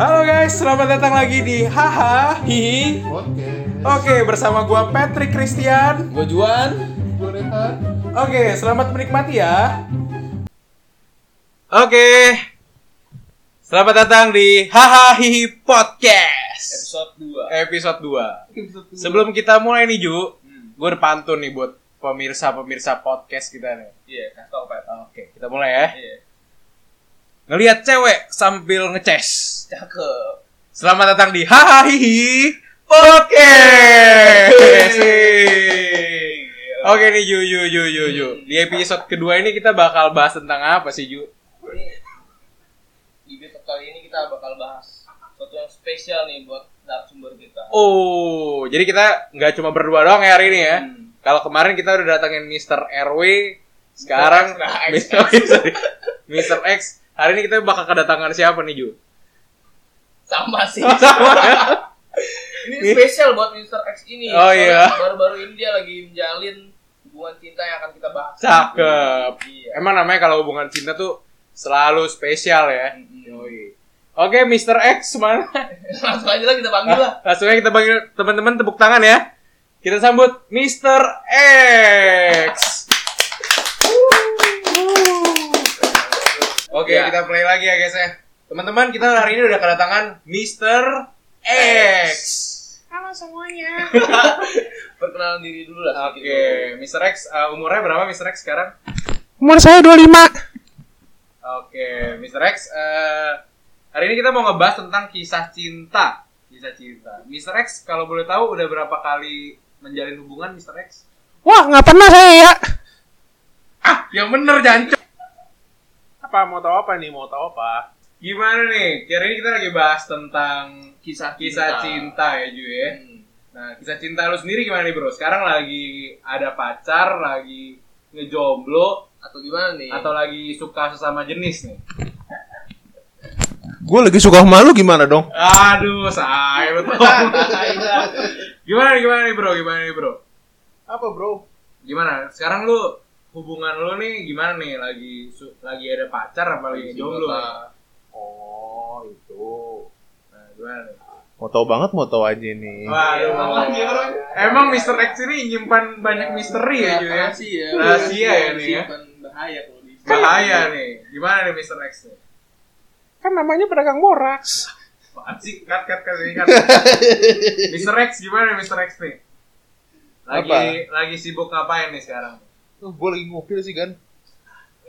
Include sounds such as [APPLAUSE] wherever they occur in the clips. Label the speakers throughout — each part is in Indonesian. Speaker 1: Halo guys, selamat datang lagi di Haha Hihi.
Speaker 2: Oke.
Speaker 1: Oke, bersama gua Patrick Christian.
Speaker 3: Gue Juan.
Speaker 2: Gue Rehan.
Speaker 1: Oke, selamat menikmati ya. Oke. Selamat datang di Haha Hihi Podcast
Speaker 3: Episode 2.
Speaker 1: episode 2. Sebelum kita mulai nih Ju,
Speaker 3: Hmm.
Speaker 1: gue ada pantun nih buat pemirsa-pemirsa podcast kita nih.
Speaker 3: Iya, kasih tau Pat.
Speaker 1: Oke, kita mulai ya.
Speaker 3: Iya.
Speaker 1: Ngelihat cewek sambil ngeces.
Speaker 3: Cakep.
Speaker 1: Selamat datang di Haha Hihi Podcast. Oke iya. nih Ju, Ju, Ju, Ju, Ju. Di episode kedua ini kita bakal bahas tentang apa sih Ju?
Speaker 3: Ini di episode kali ini kita bakal bahas sesuatu yang spesial nih buat narasumber kita.
Speaker 1: Oh, jadi kita nggak cuma berdua doang ya hari ini ya.
Speaker 3: Hmm.
Speaker 1: Kalau kemarin kita udah datangin Mr. RW, sekarang
Speaker 3: Mr. X.
Speaker 1: [LAUGHS] Mr. X. sorry. Mr. X. Hari ini kita bakal kedatangan siapa nih Ju? [LAUGHS]
Speaker 3: Sama sih.
Speaker 1: Sama. ya?
Speaker 3: ini spesial buat Mr. X ini.
Speaker 1: Oh, iya.
Speaker 3: Soalnya Baru-baru ini dia lagi menjalin hubungan cinta yang akan kita bahas.
Speaker 1: Cakep.
Speaker 3: Iya.
Speaker 1: Emang namanya kalau hubungan cinta tuh selalu spesial ya.
Speaker 3: Mm-mm.
Speaker 1: Yoi. Oke, Mr. X mana?
Speaker 3: [LAUGHS] Langsung aja lah kita panggil lah.
Speaker 1: Nah, langsung aja kita panggil teman-teman tepuk tangan ya. Kita sambut Mr. X. Oke,
Speaker 3: Ya.
Speaker 1: kita play lagi ya guys ya. Teman-teman, kita hari ini udah kedatangan Mr. X.
Speaker 3: Perkenalan diri dulu lah.
Speaker 1: Oke, Mr. X uh, umurnya berapa Mr. X sekarang?
Speaker 2: Umur saya 25.
Speaker 1: Oke, Mr. X, eh, hari ini kita mau ngebahas tentang kisah cinta. Kisah cinta. Mr. X, kalau boleh tahu udah berapa kali menjalin hubungan, Mr. X?
Speaker 2: Wah, nggak pernah saya ya.
Speaker 1: Ah, yang bener, jancok.
Speaker 2: Apa mau tahu apa nih? Mau tahu apa?
Speaker 1: Gimana nih? Hari ini kita lagi bahas tentang
Speaker 3: Kisah
Speaker 1: kisah cinta ya, Ju ya.
Speaker 3: Hmm.
Speaker 1: Nah, kisah cinta lu sendiri gimana nih, bro? Sekarang lagi ada pacar, lagi ngejomblo,
Speaker 3: Atau gimana
Speaker 2: Iya.
Speaker 3: nih? [LAUGHS]
Speaker 1: atau lagi suka sesama jenis nih?
Speaker 2: Gue lagi suka sama lu gimana dong?
Speaker 1: Aduh, say, lu
Speaker 2: [LAUGHS]
Speaker 1: tau.
Speaker 3: Iya,
Speaker 1: Gimana nih, gimana nih, bro? Gimana nih, bro?
Speaker 2: Apa bro?
Speaker 1: gimana sekarang lu hubungan lu nih gimana nih lagi su- lagi ada pacar apa lagi jomblo nih?
Speaker 2: Oh itu.
Speaker 1: nah, gimana nih?
Speaker 2: Mau tahu banget, mau tahu aja nih.
Speaker 1: Waduh, iya,
Speaker 2: Iya,
Speaker 1: emang Mr. X ini nyimpan banyak misteri ya Ju
Speaker 2: Iya,
Speaker 1: ya?
Speaker 3: Rahasia ya.
Speaker 1: Rahasia ya nih ya? Kan-
Speaker 3: Simpan Bahaya kalau di.
Speaker 2: iya.
Speaker 1: Bahaya nih, gimana nih Mr. X nih?
Speaker 2: Kan namanya pedagang boraks.
Speaker 1: Apaan sih? Cut, cut, cut,
Speaker 2: [LAUGHS]
Speaker 1: cut. Mr. X gimana nih Mr. X nih? Lagi
Speaker 2: Apa?
Speaker 1: lagi sibuk ngapain nih sekarang?
Speaker 2: Tuh, gue lagi ngupil sih kan.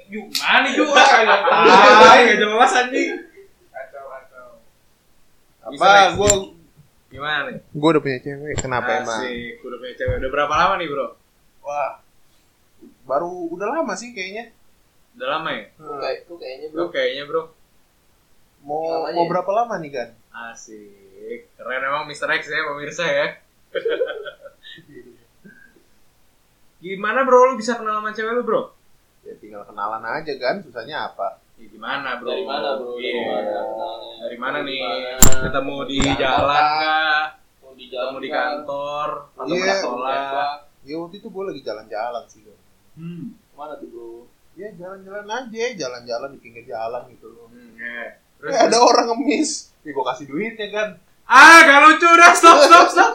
Speaker 3: Gimana nih juga
Speaker 1: [LAUGHS]
Speaker 3: kagak
Speaker 1: Ah, gak jelas anjing. Kacau, kacau. Bisa, Lex.
Speaker 2: Apa? Gue
Speaker 1: Gimana nih?
Speaker 2: gue udah punya cewek. Kenapa emang?
Speaker 1: Asik, udah punya cewek. Udah berapa lama nih, Bro?
Speaker 2: Wah, baru udah lama sih kayaknya.
Speaker 1: Udah lama ya?
Speaker 3: Kayak- Itu kayaknya bro.
Speaker 1: Bro, kayaknya, Bro.
Speaker 2: Mau
Speaker 3: Lamanya
Speaker 2: mau
Speaker 3: ya?
Speaker 2: berapa lama nih kan?
Speaker 1: Asik. Keren emang Mr. X ya pemirsa ya. [LAUGHS] gimana bro lu bisa kenal sama cewek lu bro?
Speaker 2: Ya tinggal kenalan aja kan. Susahnya apa?
Speaker 1: Ya, gimana bro?
Speaker 3: Dari mana bro?
Speaker 1: Iya.
Speaker 3: Dari mana? Kenalnya.
Speaker 1: Dari mana nih?
Speaker 3: Dari mana?
Speaker 1: Ketemu di
Speaker 3: Di
Speaker 1: jalan
Speaker 3: kantor
Speaker 2: kah?
Speaker 1: kah?
Speaker 3: Mau di jalan
Speaker 1: Ketemu di
Speaker 3: kah?
Speaker 1: kantor? Atau
Speaker 2: Iya.
Speaker 1: yeah.
Speaker 2: Ya waktu itu gue lagi jalan-jalan sih. Kan.
Speaker 1: Hmm.
Speaker 3: Mana tuh bro?
Speaker 2: Ya jalan-jalan aja, jalan-jalan di pinggir jalan gitu loh.
Speaker 1: Hmm, iya. Terus,
Speaker 2: Eh, ada orang ngemis, ya gue kasih duitnya kan.
Speaker 1: Ah, gak lucu dah, stop, stop, stop.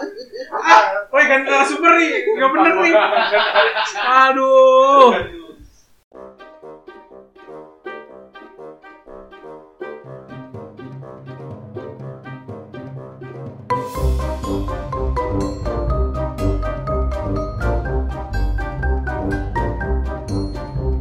Speaker 1: Ah, woi kan narasumber nih, gak bener nih. Aduh.